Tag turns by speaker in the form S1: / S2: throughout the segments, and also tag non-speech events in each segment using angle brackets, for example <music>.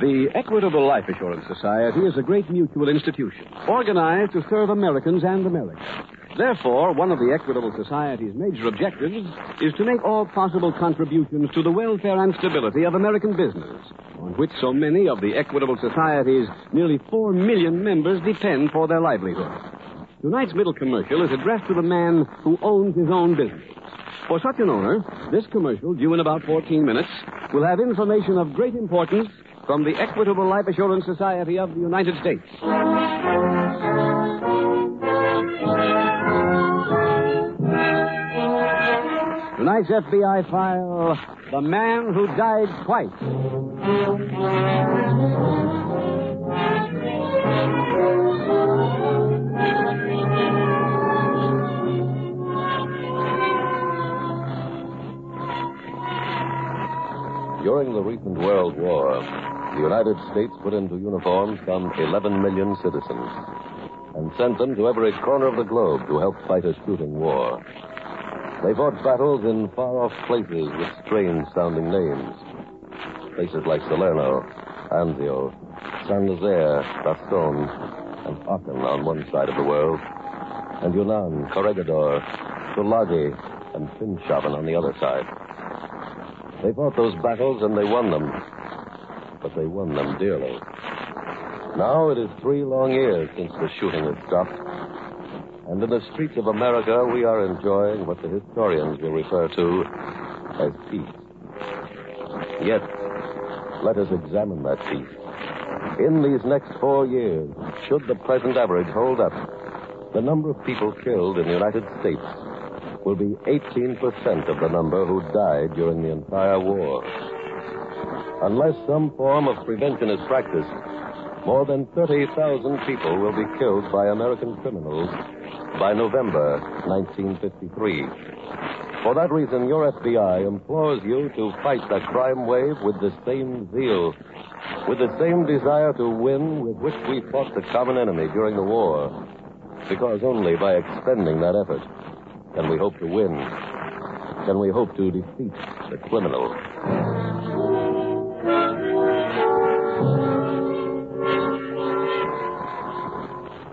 S1: The Equitable Life Assurance Society is a great mutual institution, organized to serve Americans and America. Therefore, one of the Equitable Society's major objectives is to make all possible contributions to the welfare and stability of American business, on which so many of the Equitable Society's nearly four million members depend for their livelihood. Tonight's middle commercial is addressed to the man who owns his own business. For such an owner, this commercial, due in about 14 minutes, will have information of great importance from the Equitable Life Assurance Society of the United States. Tonight's FBI file The Man Who Died Twice.
S2: During the recent World War, the United States put into uniform some 11 million citizens and sent them to every corner of the globe to help fight a shooting war. They fought battles in far off places with strange sounding names. Places like Salerno, Anzio, San Jose, Bastogne, and Aachen on one side of the world, and Yunnan, Corregidor, Tulagi, and Finchavan on the other side. They fought those battles and they won them. But they won them dearly. Now it is three long years since the shooting has stopped. And in the streets of America, we are enjoying what the historians will refer to as peace. Yet, let us examine that peace. In these next four years, should the present average hold up, the number of people killed in the United States will be 18% of the number who died during the entire war. Unless some form of prevention is practiced, more than 30,000 people will be killed by American criminals by November 1953. For that reason, your FBI implores you to fight the crime wave with the same zeal, with the same desire to win with which we fought the common enemy during the war. Because only by expending that effort can we hope to win, can we hope to defeat the criminal.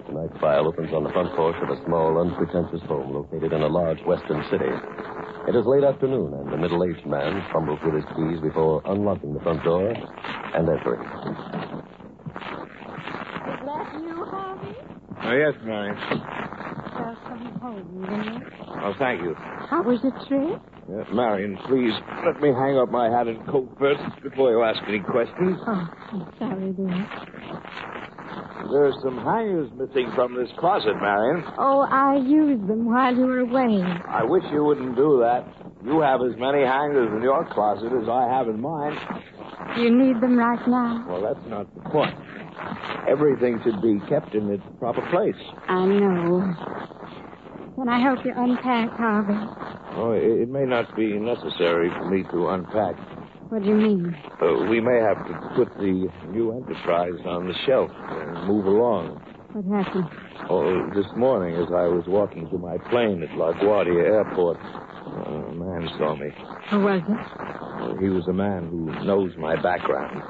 S2: Tonight's file opens on the front porch of a small, unpretentious home located in a large western city. It is late afternoon, and a middle aged man fumbles with his keys before unlocking the front door and entering.
S3: Is that you, Harvey?
S4: Oh, yes, Mary.
S3: Welcome home, Vinny.
S4: Oh, thank you.
S3: How was the trip?
S4: Uh, Marion, please, let me hang up my hat and coat first before you ask any questions.
S3: Oh, I'm sorry, dear.
S4: There are some hangers missing from this closet, Marion.
S3: Oh, I used them while you were away.
S4: I wish you wouldn't do that. You have as many hangers in your closet as I have in mine.
S3: Do you need them right now?
S4: Well, that's not the point. Everything should be kept in its proper place.
S3: I know. Can I help you unpack, Harvey?
S4: Oh, it, it may not be necessary for me to unpack.
S3: What do you mean?
S4: Uh, we may have to put the new enterprise on the shelf and move along.
S3: What happened?
S4: Oh, this morning, as I was walking to my plane at LaGuardia Airport, a man saw me.
S3: Who was it?
S4: Uh, He was a man who knows my background.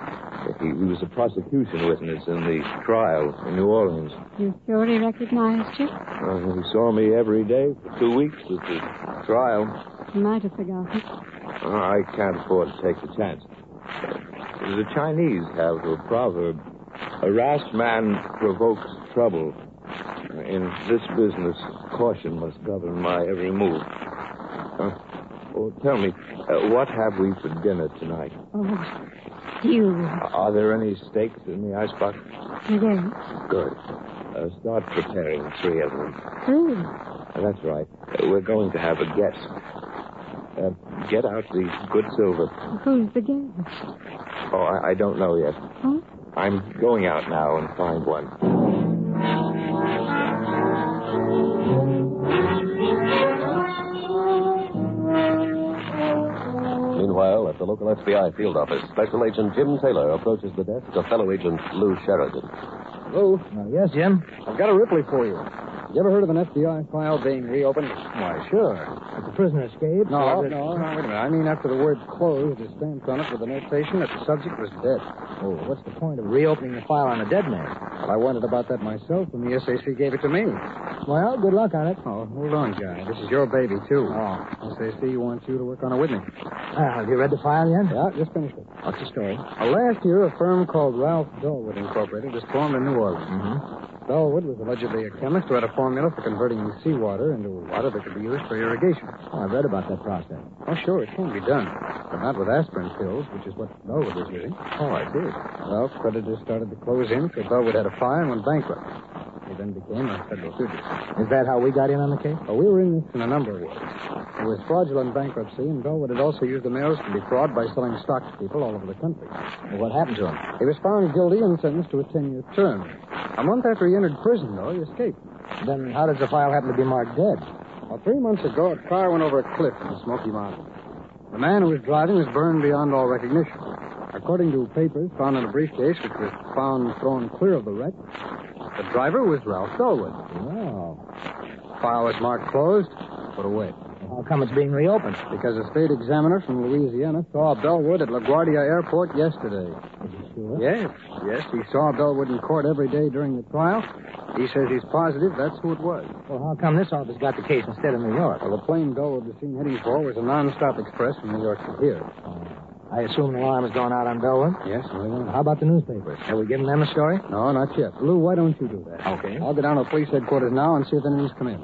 S4: He, he was a prosecution witness in the trial in New Orleans.
S3: You sure he recognized you?
S4: Uh, he saw me every day for two weeks at the trial.
S3: You might have forgotten.
S4: Uh, I can't afford to take the chance. The Chinese have a proverb a rash man provokes trouble. In this business, caution must govern my every move. Uh, oh, tell me, uh, what have we for dinner tonight?
S3: Oh, you.
S4: Are there any steaks in the icebox?
S3: Again.
S4: Good. Uh, start preparing three of them.
S3: Three.
S4: That's right. Uh, We're going to have a guest. Uh, get out the good silver.
S3: Who's the guest?
S4: Oh, I, I don't know yet.
S3: Huh?
S4: I'm going out now and find one.
S2: Meanwhile, at the local FBI field office, Special Agent Jim Taylor approaches the desk of fellow agent Lou Sheridan.
S5: Lou,
S6: yes, Jim?
S5: I've got a Ripley for you. You ever heard of an FBI file being reopened?
S6: Why, sure. If the prisoner escaped.
S5: No, no, no, wait a minute. I mean after the word closed is stamped on it with the notation that the subject was dead.
S6: Oh, what's the point of reopening the file on a dead man?
S5: But I wondered about that myself when the SAC gave it to me.
S6: Well, good luck on it.
S5: Oh, hold on, Guy. This is your baby, too.
S6: Oh.
S5: SAC wants you to work on it with me.
S6: Ah,
S5: Uh,
S6: have you read the file yet?
S5: Yeah, just finished it.
S6: What's the story?
S5: Uh, last year, a firm called Ralph Dolwood Incorporated was formed in New Orleans.
S6: Mm-hmm.
S5: Dolwood was allegedly a chemist who had a formula for converting seawater into water that could be used for irrigation.
S6: Oh, I've read about that process.
S5: Oh, sure, it can be done. But not with aspirin pills, which is what Bellwood was using. Oh, I see. Well, creditors started to close in, so Bellwood had a fire and went bankrupt. He then became a federal fugitive.
S6: Is that how we got in on the case?
S5: Well, we were in this in a number of ways. It was fraudulent bankruptcy, and Bellwood had also used the mails to defraud by selling stock to people all over the country.
S6: Well, what happened to him?
S5: He was found guilty and sentenced to a 10-year term. A month after he entered prison, though, he escaped.
S6: Then how does the file happen to be marked dead?
S5: Well, three months ago, a car went over a cliff in the Smoky Mountains. The man who was driving was burned beyond all recognition. According to papers found in a briefcase, which was found thrown clear of the wreck, the driver was Ralph Dolwood.
S6: Wow.
S5: File was marked closed, put away.
S6: How come it's being reopened?
S5: Because a state examiner from Louisiana saw Bellwood at LaGuardia Airport yesterday.
S6: Is it sure?
S5: Yes, yes, he saw Bellwood in court every day during the trial. He says he's positive that's who it was.
S6: Well, how come this office got the case instead of New York?
S5: Well, the plane Bellwood was seen heading for was a non-stop express from New York to here.
S6: I assume an alarm has gone out on Bellwood.
S5: Yes, well,
S6: How about the newspapers? Have we given them a story?
S5: No, not yet. Lou, why don't you do that?
S6: Okay.
S5: I'll go down to police headquarters now and see if anything's come in.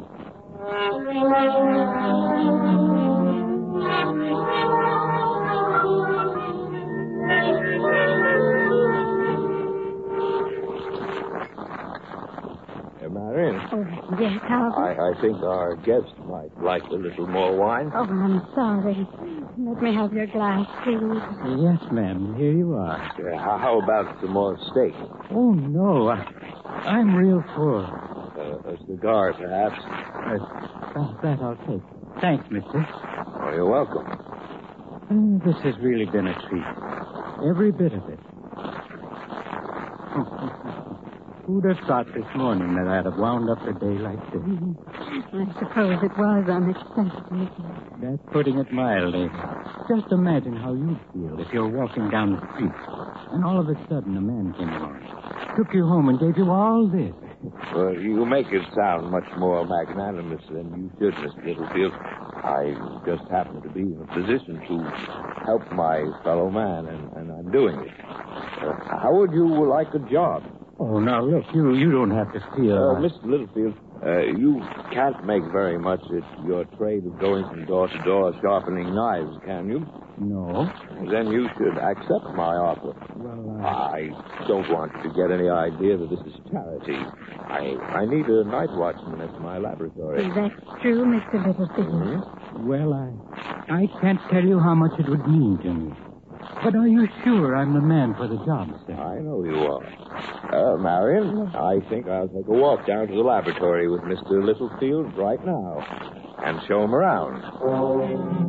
S4: Uh, Marion,
S3: Oh, yes, Harvey.
S4: I, I think our guest might like a little more wine.
S3: Oh, I'm sorry. Let me have your glass, please.
S6: Yes, ma'am. Here you are.
S4: Uh, how how about some more steak?
S6: Oh, no. I, am real full.
S4: Uh, a cigar, perhaps?
S6: Oh, that I'll take. Thanks, mister.
S4: Oh, you're welcome.
S6: Mm, This has really been a treat. Every bit of it. <laughs> Who'd have thought this morning that I'd have wound up a day like this?
S3: I suppose it was unexpected.
S6: That's putting it mildly. Just imagine how you'd feel if you were walking down the street and all of a sudden a man came along, took you home and gave you all this.
S4: Well, you make it sound much more magnanimous than you should, Mr. Littlefield. I just happen to be in a position to help my fellow man, and, and I'm doing it. Uh, how would you like a job?
S6: Oh, now look, you you don't have to feel.
S4: Uh,
S6: like-
S4: Mr. Littlefield, uh, you can't make very much at your trade of going from door to door sharpening knives, can you?
S6: No.
S4: Then you should accept my offer.
S6: Well, uh,
S4: I don't want you to get any idea that this is charity. I, I need a night watchman at my laboratory.
S3: Is that true, Mr. Littlefield?
S4: Hmm?
S6: well, I I can't tell you how much it would mean to me. But are you sure I'm the man for the job, sir?
S4: I know you are. Uh, Marion, I think I'll take a walk down to the laboratory with Mr. Littlefield right now and show him around.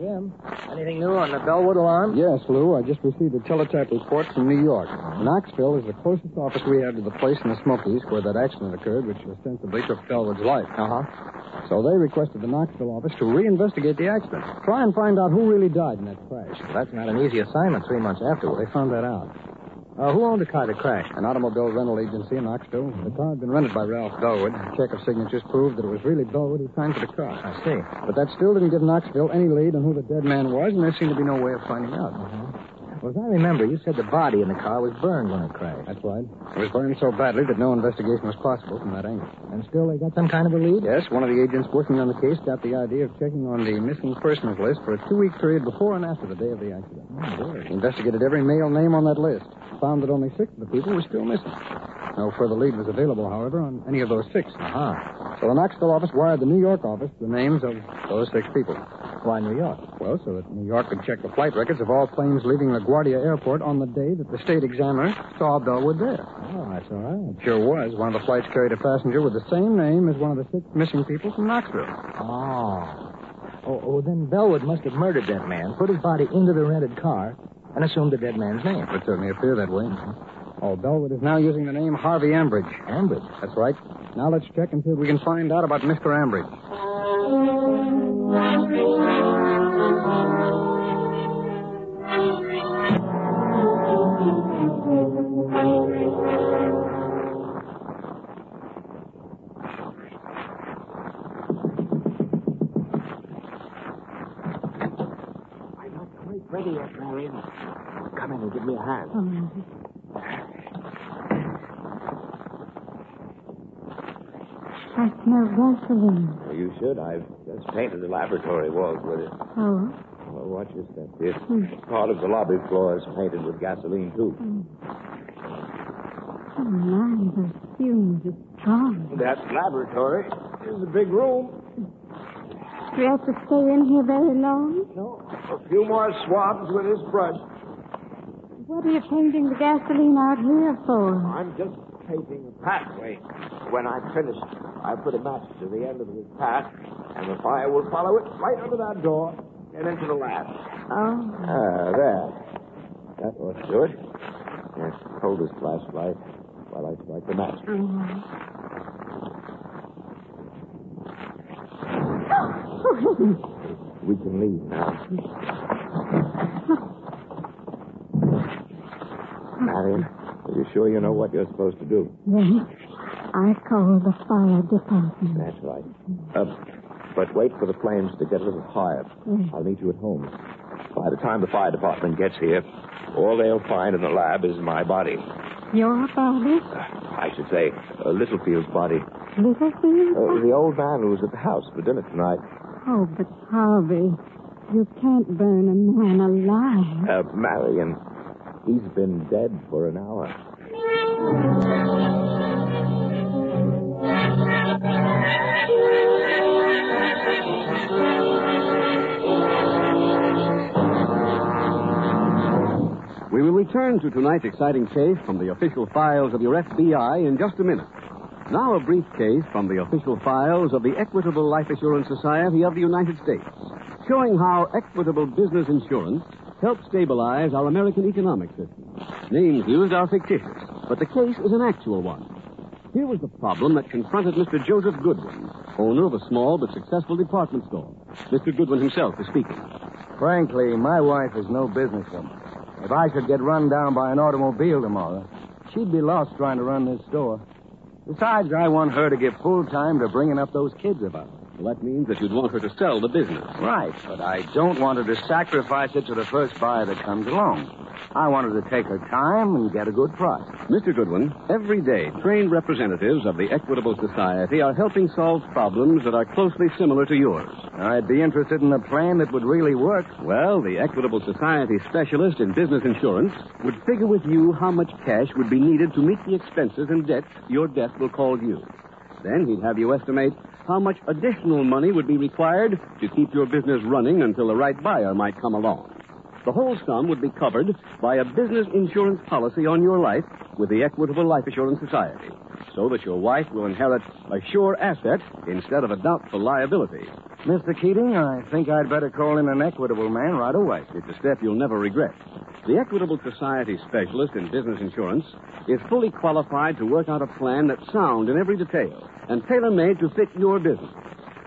S5: Jim?
S6: Anything new on the Bellwood alarm?
S5: Yes, Lou, I just received a teletype report from New York. Knoxville is the closest office we have to the place in the Smokies where that accident occurred, which ostensibly took Bellwood's life.
S6: Uh huh.
S5: So they requested the Knoxville office to reinvestigate the accident. Try and find out who really died in that crash.
S6: That's not an easy assignment three months
S5: Well,
S6: afterward.
S5: they found that out. Uh, who owned the car that crashed? An automobile rental agency in Knoxville. The car had been rented by Ralph Bellwood. A check of signatures proved that it was really Bellwood who signed for the car.
S6: I see.
S5: Uh-huh. But that still didn't give Knoxville any lead on who the dead man was, and there seemed to be no way of finding out.
S7: Well, as I remember, you said the body in the car was burned when it crashed.
S5: That's right. It was burned so badly that no investigation was possible from that angle.
S7: And still they got some kind of a lead?
S5: Yes, one of the agents working on the case got the idea of checking on the missing persons list for a two-week period before and after the day of the accident.
S7: Oh,
S5: He investigated every male name on that list, found that only six of the people were still missing. No further lead was available, however, on any of those six.
S7: Uh-huh.
S5: So the Knoxville office wired the New York office the names of those six people.
S7: Why New York?
S5: Well, so that New York could check the flight records of all planes leaving LaGuardia Airport on the day that the state examiner saw Bellwood there.
S7: Oh, that's all right.
S5: Sure was. One of the flights carried a passenger with the same name as one of the six missing people from Knoxville.
S7: Oh. Oh, oh then Bellwood must have murdered that man, put his body into the rented car, and assumed the dead man's name.
S5: It would certainly appear that way. Oh, Bellwood is now using the name Harvey Ambridge.
S7: Ambridge?
S5: That's right. Now let's check and see if we can find out about Mr. Ambridge.
S8: I'm not quite ready yet, Marion. Come in and give me a hand.
S3: All right. I smell gasoline.
S4: You should. I've just painted the laboratory walls with it.
S3: Oh,
S4: Well, watch your step, dear. Part of the lobby floor is painted with gasoline, too.
S3: oh my, those fumes are strong.
S4: That laboratory is a big room.
S3: Do we have to stay in here very long?
S4: No, a few more swabs with this brush.
S3: What are you painting the gasoline out here for?
S8: I'm just painting a pathway. When I finish, I put a match to the end of the path, and the fire will follow it right under that door and into the lab.
S3: Oh,
S4: Ah, there. That ought to do it. Yes, hold this flashlight while I strike the match. We can leave now. Marion, are you sure you know what you're supposed to do?
S3: yes. I call the fire department.
S4: That's right. Uh, but wait for the flames to get a little higher.
S3: Mm.
S4: I'll meet you at home. By the time the fire department gets here, all they'll find in the lab is my body.
S3: Your body?
S4: Uh, I should say, uh, Littlefield's body.
S3: Little
S4: Uh,
S3: thing?
S4: the old man who was at the house for dinner tonight.
S3: Oh, but Harvey, you can't burn a man alive.
S4: Uh, Marion, he's been dead for an hour.
S1: We will return to tonight's exciting case from the official files of your FBI in just a minute. Now, a brief case from the official files of the Equitable Life Assurance Society of the United States, showing how equitable business insurance helps stabilize our American economic system. Names used are fictitious, but the case is an actual one. Here was the problem that confronted Mr. Joseph Goodwin, owner of a small but successful department store. Mr. Goodwin himself is speaking.
S5: Frankly, my wife is no businesswoman. If I should get run down by an automobile tomorrow, she'd be lost trying to run this store. Besides, I want her to give full time to bringing up those kids of ours.
S1: Well, that means that you'd want her to sell the business.
S5: Right, but I don't want her to sacrifice it to the first buyer that comes along. I want her to take her time and get a good price.
S1: Mr. Goodwin, every day, trained representatives of the Equitable Society are helping solve problems that are closely similar to yours.
S5: I'd be interested in a plan that would really work.
S1: Well, the Equitable Society specialist in business insurance would figure with you how much cash would be needed to meet the expenses and debts your death will call you. Then he'd have you estimate how much additional money would be required to keep your business running until the right buyer might come along. The whole sum would be covered by a business insurance policy on your life with the Equitable Life Assurance Society, so that your wife will inherit a sure asset instead of a doubtful liability.
S5: Mr. Keating, I think I'd better call in an equitable man right away.
S1: It's a step you'll never regret. The Equitable Society specialist in business insurance is fully qualified to work out a plan that's sound in every detail and tailor made to fit your business.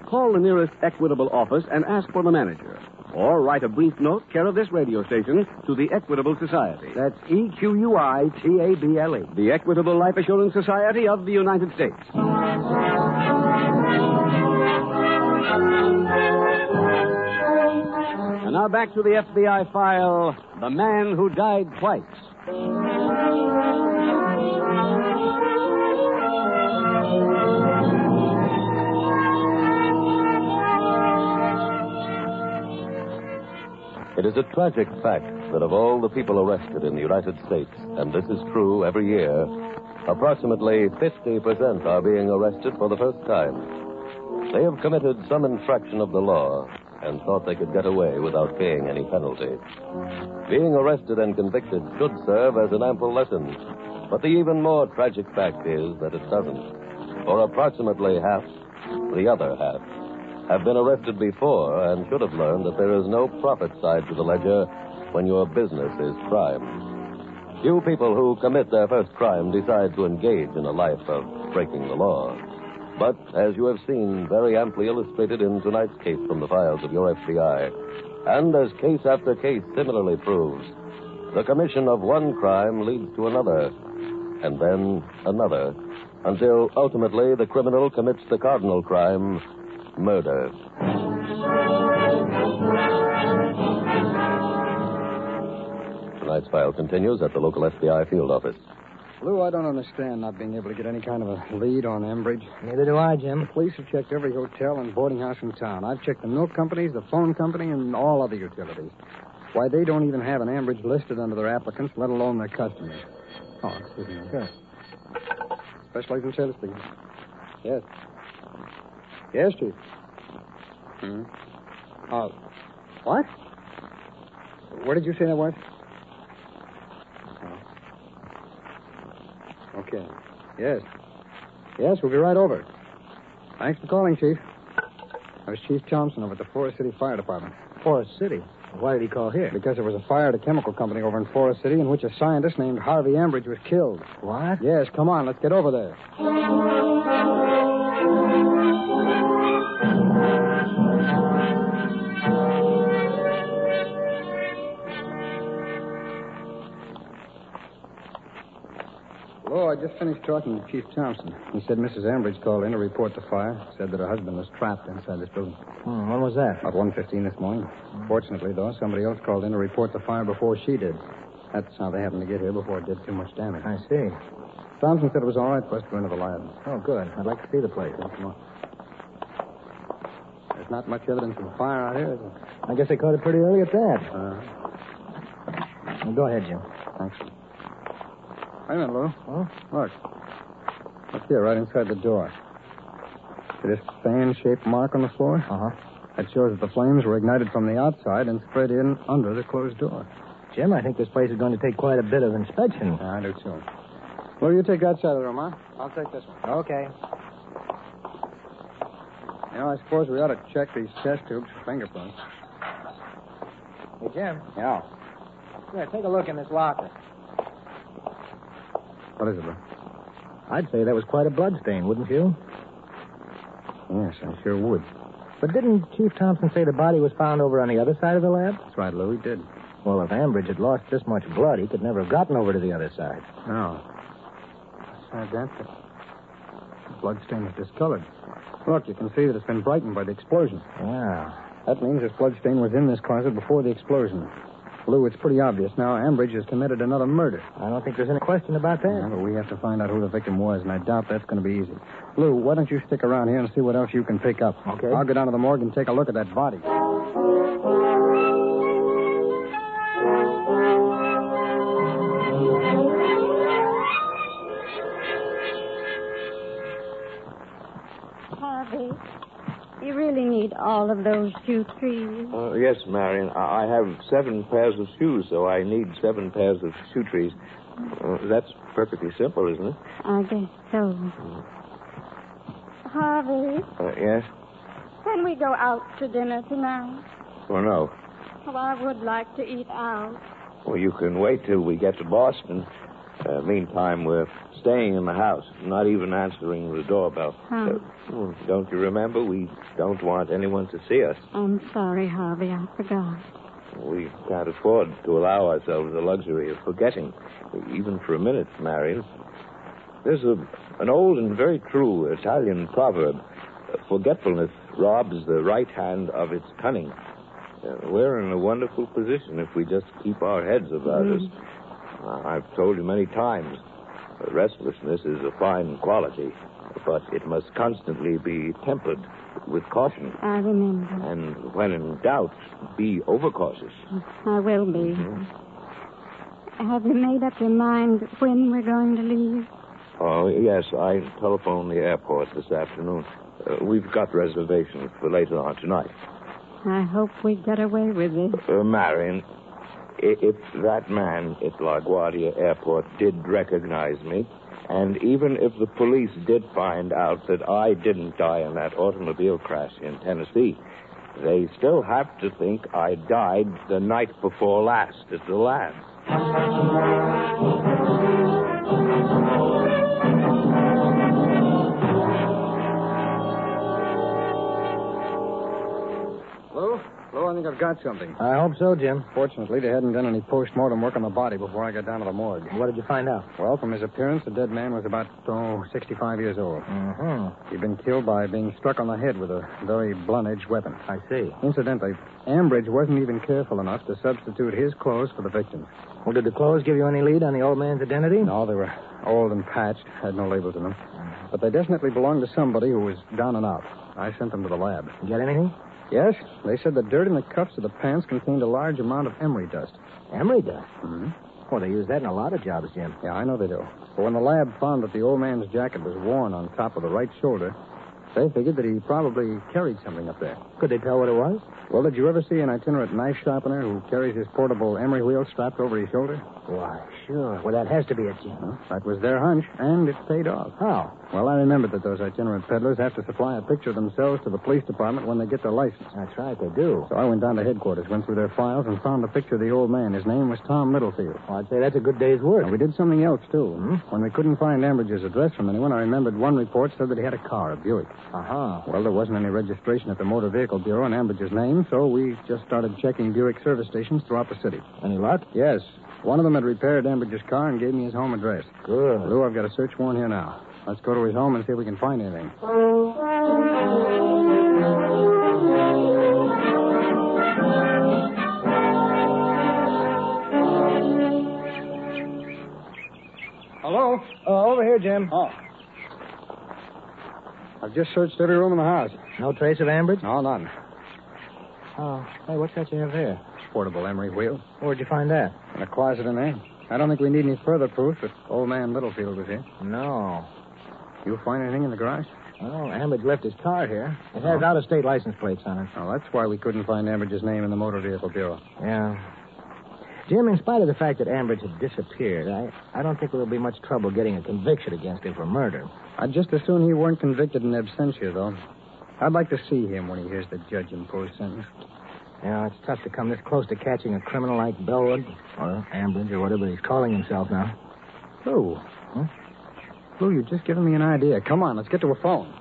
S1: Call the nearest Equitable office and ask for the manager. Or write a brief note, care of this radio station, to the Equitable Society.
S5: That's E Q U I T A B L E.
S1: The Equitable Life Assurance Society of the United States. And Now back to the FBI file The Man Who Died Twice.
S2: It is a tragic fact that of all the people arrested in the United States, and this is true every year, approximately 50% are being arrested for the first time. They have committed some infraction of the law and thought they could get away without paying any penalty. Being arrested and convicted should serve as an ample lesson, but the even more tragic fact is that it doesn't. For approximately half, the other half, have been arrested before and should have learned that there is no profit side to the ledger when your business is crime. Few people who commit their first crime decide to engage in a life of breaking the law. But as you have seen very amply illustrated in tonight's case from the files of your FBI, and as case after case similarly proves, the commission of one crime leads to another, and then another, until ultimately the criminal commits the cardinal crime murder. Tonight's file continues at the local FBI field office.
S5: Lou, I don't understand not being able to get any kind of a lead on Embridge.
S7: Neither do I, Jim.
S5: Police have checked every hotel and boarding house in town. I've checked the milk companies, the phone company, and all other utilities. Why, they don't even have an Ambridge listed under their applicants, let alone their customers. Oh, excuse me. Okay. Special agent Taylor speaking. Yes. Yes, Chief. Hmm? Oh. What? Where did you say that was? Oh. Okay. Yes. Yes, we'll be right over. Thanks for calling, Chief. I was Chief Thompson over at the Forest City Fire Department.
S7: Forest City. Why did he call here?
S5: Because there was a fire at a chemical company over in Forest City in which a scientist named Harvey Ambridge was killed.
S7: What?
S5: Yes, come on, let's get over there. Lou, I just finished talking to Chief Thompson. He said Mrs. Ambridge called in to report the fire. Said that her husband was trapped inside this building.
S7: Hmm, when was that?
S5: About 1.15 this morning. Fortunately, though, somebody else called in to report the fire before she did. That's how they happened to get here before it did too much damage.
S7: I see.
S5: Thompson said it was all right for us to go into the lab.
S7: Oh, good. I'd like to see the place.
S5: Come on. There's not much evidence of a fire out here, is there?
S7: I guess they caught it pretty early at that.
S5: Uh,
S7: Well, go ahead, Jim.
S5: Uh-huh. thanks. Wait a minute, Lou.
S7: Huh?
S5: Look. Look here, right inside the door. See this fan-shaped mark on the floor?
S7: Uh-huh.
S5: That shows that the flames were ignited from the outside and spread in under the closed door.
S7: Jim, I think this place is going to take quite a bit of inspection.
S5: I do too. Well, you take that side of the room, huh? I'll take this one.
S7: Okay.
S5: You know, I suppose we ought to check these test tubes for fingerprints.
S7: Hey, Jim.
S5: Yeah.
S7: Here, take a look in this locker.
S5: What is it, Lou?
S7: I'd say that was quite a blood stain, wouldn't you?
S5: Yes, I sure would.
S7: But didn't Chief Thompson say the body was found over on the other side of the lab?
S5: That's right, Lou. He did.
S7: Well, if Ambridge had lost this much blood, he could never have gotten over to the other side.
S5: No. Besides that, the bloodstain is discolored. Look, you can see that it's been brightened by the explosion.
S7: Wow.
S5: That means this bloodstain was in this closet before the explosion. Lou, it's pretty obvious now Ambridge has committed another murder.
S7: I don't think there's any question about
S5: Yeah,
S7: that.
S5: but we have to find out who the victim was, and I doubt that's going to be easy. Lou, why don't you stick around here and see what else you can pick up?
S7: Okay.
S5: I'll go down to the morgue and take a look at that body.
S3: Harvey, you really need all of those two trees.
S4: Uh, yes, Marion. I I have seven pairs of shoes, so I need seven pairs of shoe trees. Uh, that's perfectly simple, isn't it?
S3: I guess so. Harvey,
S4: Uh, yes?
S3: can we go out to dinner tonight?
S4: Or no?
S3: Oh, I would like to eat out.
S4: Well, you can wait till we get to Boston. Uh, meantime, we're staying in the house, not even answering the doorbell.
S3: Huh.
S4: Uh, hmm, don't you remember? We don't want anyone to see us.
S3: I'm sorry, Harvey. I forgot.
S4: We can't afford to allow ourselves the luxury of forgetting, even for a minute, Marion. There's a, an old and very true Italian proverb forgetfulness robs the right hand of its cunning. Uh, we're in a wonderful position if we just keep our heads about us. Uh, I've told you many times, uh, restlessness is a fine quality, but it must constantly be tempered with caution.
S3: I remember.
S4: And when in doubt, be overcautious.
S3: I will be. Have you made up your mind when we're going to leave?
S4: Oh, yes, I telephoned the airport this afternoon. Uh, we've got reservations for later on tonight.
S3: I hope we get away with this.
S4: Uh, Marion, i- if that man at LaGuardia Airport did recognize me, and even if the police did find out that I didn't die in that automobile crash in Tennessee, they still have to think I died the night before last at the lab.
S1: Lou? Lou, I think I've got something.
S5: I hope so, Jim.
S1: Fortunately, they hadn't done any post-mortem work on the body before I got down to the morgue.
S5: What did you find out?
S1: Well, from his appearance, the dead man was about, oh, 65 years old.
S5: Mm-hmm.
S1: He'd been killed by being struck on the head with a very blunt-edged weapon.
S5: I see.
S1: Incidentally, Ambridge wasn't even careful enough to substitute his clothes for the victim.
S5: Well, did the clothes give you any lead on the old man's identity?
S1: No, they were old and patched, had no labels in them. But they definitely belonged to somebody who was down and out. I sent them to the lab.
S5: Get anything?
S1: Yes, they said the dirt in the cuffs of the pants contained a large amount of emery dust.
S5: Emery dust.
S1: Mm-hmm.
S5: Well, they use that in a lot of jobs, Jim.
S1: Yeah, I know they do. But when the lab found that the old man's jacket was worn on top of the right shoulder, they figured that he probably carried something up there.
S5: Could they tell what it was?
S1: Well, did you ever see an itinerant knife sharpener who carries his portable emery wheel strapped over his shoulder?
S5: Why, sure. Well, that has to be it, Jim.
S1: That was their hunch, and it paid off.
S5: How?
S1: Well, I remembered that those itinerant peddlers have to supply a picture of themselves to the police department when they get their license.
S5: That's right, they do.
S1: So I went down to headquarters, went through their files, and found a picture of the old man. His name was Tom Littlefield.
S5: Well, I'd say that's a good day's work.
S1: And we did something else, too. When we couldn't find Ambridge's address from anyone, I remembered one report said that he had a car, a Buick.
S5: Uh-huh.
S1: Well, there wasn't any registration at the Motor Vehicle Bureau in Ambridge's name, so we just started checking Buick service stations throughout the city.
S5: Any luck?
S1: Yes. One of them had repaired Ambridge's car and gave me his home address.
S5: Good.
S1: Lou, I've got a search warrant here now. Let's go to his home and see if we can find anything. Hello?
S5: Oh, over here, Jim.
S1: Oh. I've just searched every room in the house.
S5: No trace of Ambridge?
S1: No, none.
S5: Oh. Hey, what's that you have there?
S1: Portable emery wheel.
S5: Where'd you find that?
S1: In a closet in there. I don't think we need any further proof that old man Littlefield was here.
S5: No.
S1: You find anything in the garage?
S5: Well, Ambridge left his car here. It has out-of-state license plates on it.
S1: Oh, that's why we couldn't find Ambridge's name in the Motor Vehicle Bureau.
S5: Yeah. Jim, in spite of the fact that Ambridge had disappeared, I, I don't think there'll be much trouble getting a conviction against him for murder.
S1: I'd Uh, just as soon he weren't convicted in absentia, though. I'd like to see him when he hears the judge impose sentence.
S5: Yeah, it's tough to come this close to catching a criminal like Bellwood, or Ambridge, or whatever he's calling himself now.
S1: Lou. Huh? Lou, you've just given me an idea. Come on, let's get to a phone.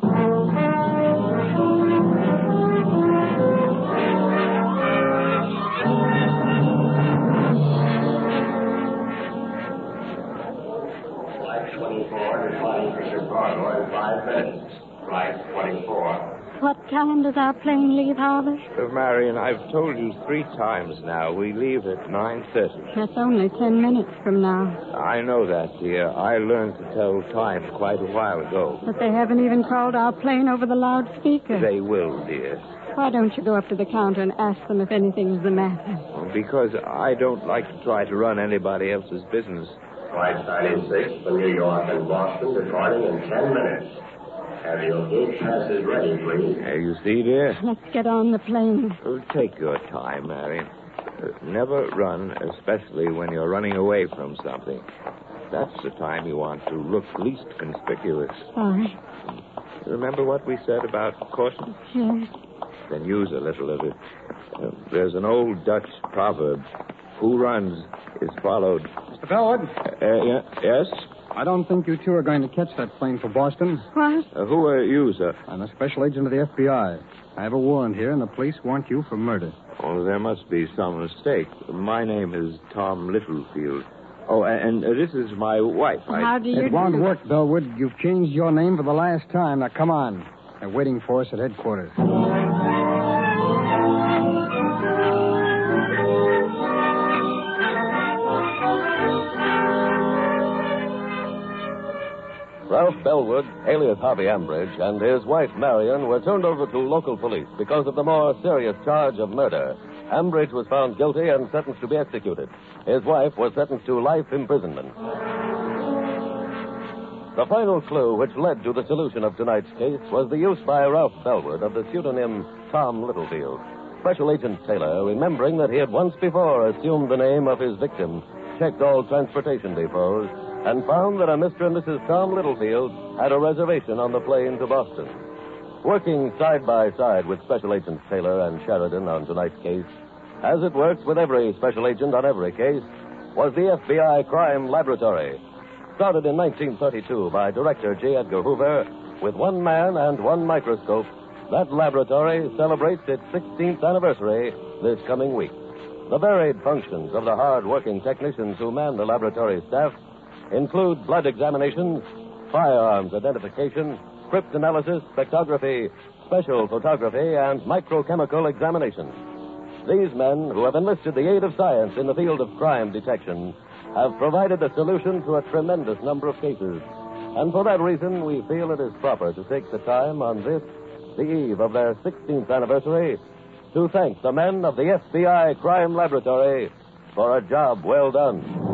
S3: What time does our plane leave, Harvey?
S4: Uh, Marion, I've told you three times now. We leave at 9.30.
S3: That's only ten minutes from now.
S4: I know that, dear. I learned to tell time quite a while ago.
S3: But they haven't even called our plane over the loudspeaker.
S4: They will, dear.
S3: Why don't you go up to the counter and ask them if anything's the matter?
S4: Because I don't like to try to run anybody else's business.
S2: Flight 96 for New York and Boston departing in 10 minutes. Have your gate passes ready, please.
S4: There you see, dear.
S3: Let's get on the plane.
S4: Oh, Take your time, Marion. Uh, Never run, especially when you're running away from something. That's the time you want to look least conspicuous.
S3: Sorry.
S4: Remember what we said about caution?
S3: Yes.
S4: Then use a little of it. Uh, There's an old Dutch proverb who runs is followed.
S1: Mr. Bellwood.
S4: Uh, yeah, yes?
S1: I don't think you two are going to catch that plane for Boston.
S3: What?
S4: Uh, who are you, sir?
S1: I'm a special agent of the FBI. I have a warrant here, and the police want you for murder.
S4: Oh, there must be some mistake. My name is Tom Littlefield. Oh, a- and uh, this is my wife.
S3: How do you
S1: It won't
S3: do?
S1: work, Bellwood. You've changed your name for the last time. Now, come on. They're waiting for us at headquarters.
S2: Ralph Bellwood, alias Harvey Ambridge, and his wife Marion were turned over to local police because of the more serious charge of murder. Ambridge was found guilty and sentenced to be executed. His wife was sentenced to life imprisonment. The final clue which led to the solution of tonight's case was the use by Ralph Bellwood of the pseudonym Tom Littlefield. Special Agent Taylor, remembering that he had once before assumed the name of his victim, checked all transportation depots, and found that a Mr. and Mrs. Tom Littlefield had a reservation on the plane to Boston. Working side by side with Special Agents Taylor and Sheridan on tonight's case, as it works with every special agent on every case, was the FBI Crime Laboratory. Started in 1932 by director J. Edgar Hoover, with one man and one microscope, that laboratory celebrates its 16th anniversary this coming week. The varied functions of the hard-working technicians who man the laboratory staff include blood examinations, firearms identification, cryptanalysis, spectrography, special photography, and microchemical examinations. These men, who have enlisted the aid of science in the field of crime detection, have provided a solution to a tremendous number of cases. And for that reason, we feel it is proper to take the time on this, the eve of their 16th anniversary, to thank the men of the FBI Crime Laboratory for a job well done.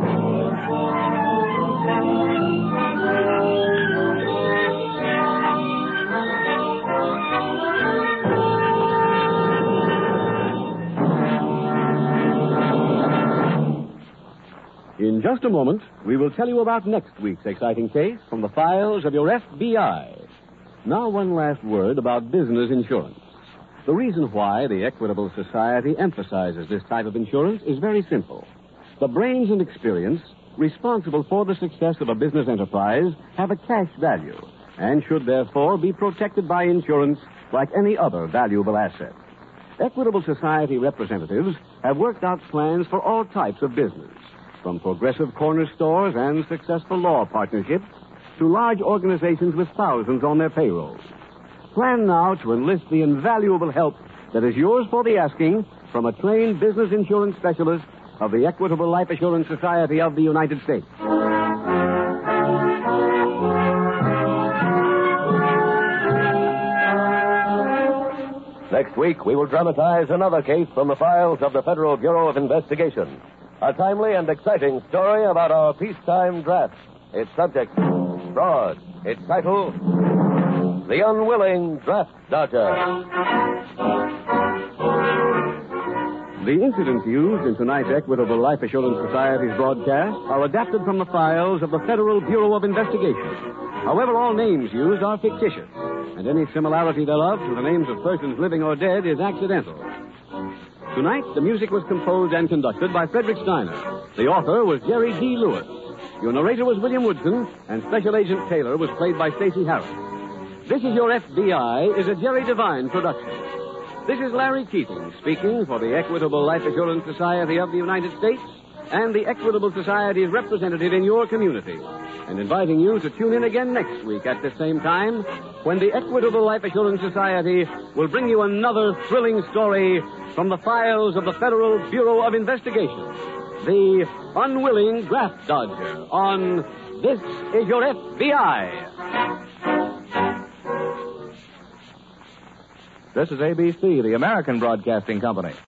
S1: In just a moment, we will tell you about next week's exciting case from the files of your FBI. Now, one last word about business insurance. The reason why the Equitable Society emphasizes this type of insurance is very simple. The brains and experience responsible for the success of a business enterprise have a cash value and should therefore be protected by insurance like any other valuable asset. Equitable Society representatives have worked out plans for all types of business, from progressive corner stores and successful law partnerships to large organizations with thousands on their payrolls. Plan now to enlist the invaluable help that is yours for the asking from a trained business insurance specialist of the Equitable Life Assurance Society of the United States.
S2: Next week, we will dramatize another case from the files of the Federal Bureau of Investigation. A timely and exciting story about our peacetime draft. Its subject, fraud. Its title, The Unwilling Draft Dodger.
S1: The incidents used in tonight's Equitable Life Assurance Society's broadcast are adapted from the files of the Federal Bureau of Investigation. However, all names used are fictitious, and any similarity thereof to the names of persons living or dead is accidental. Tonight, the music was composed and conducted by Frederick Steiner. The author was Jerry D. Lewis. Your narrator was William Woodson, and Special Agent Taylor was played by Stacey Harris. This is Your FBI is a Jerry Devine production. This is Larry Keating speaking for the Equitable Life Assurance Society of the United States and the Equitable Society's representative in your community, and inviting you to tune in again next week at the same time when the Equitable Life Assurance Society will bring you another thrilling story from the files of the Federal Bureau of Investigation The Unwilling Graft Dodger on This Is Your FBI.
S9: This is ABC, the American Broadcasting Company.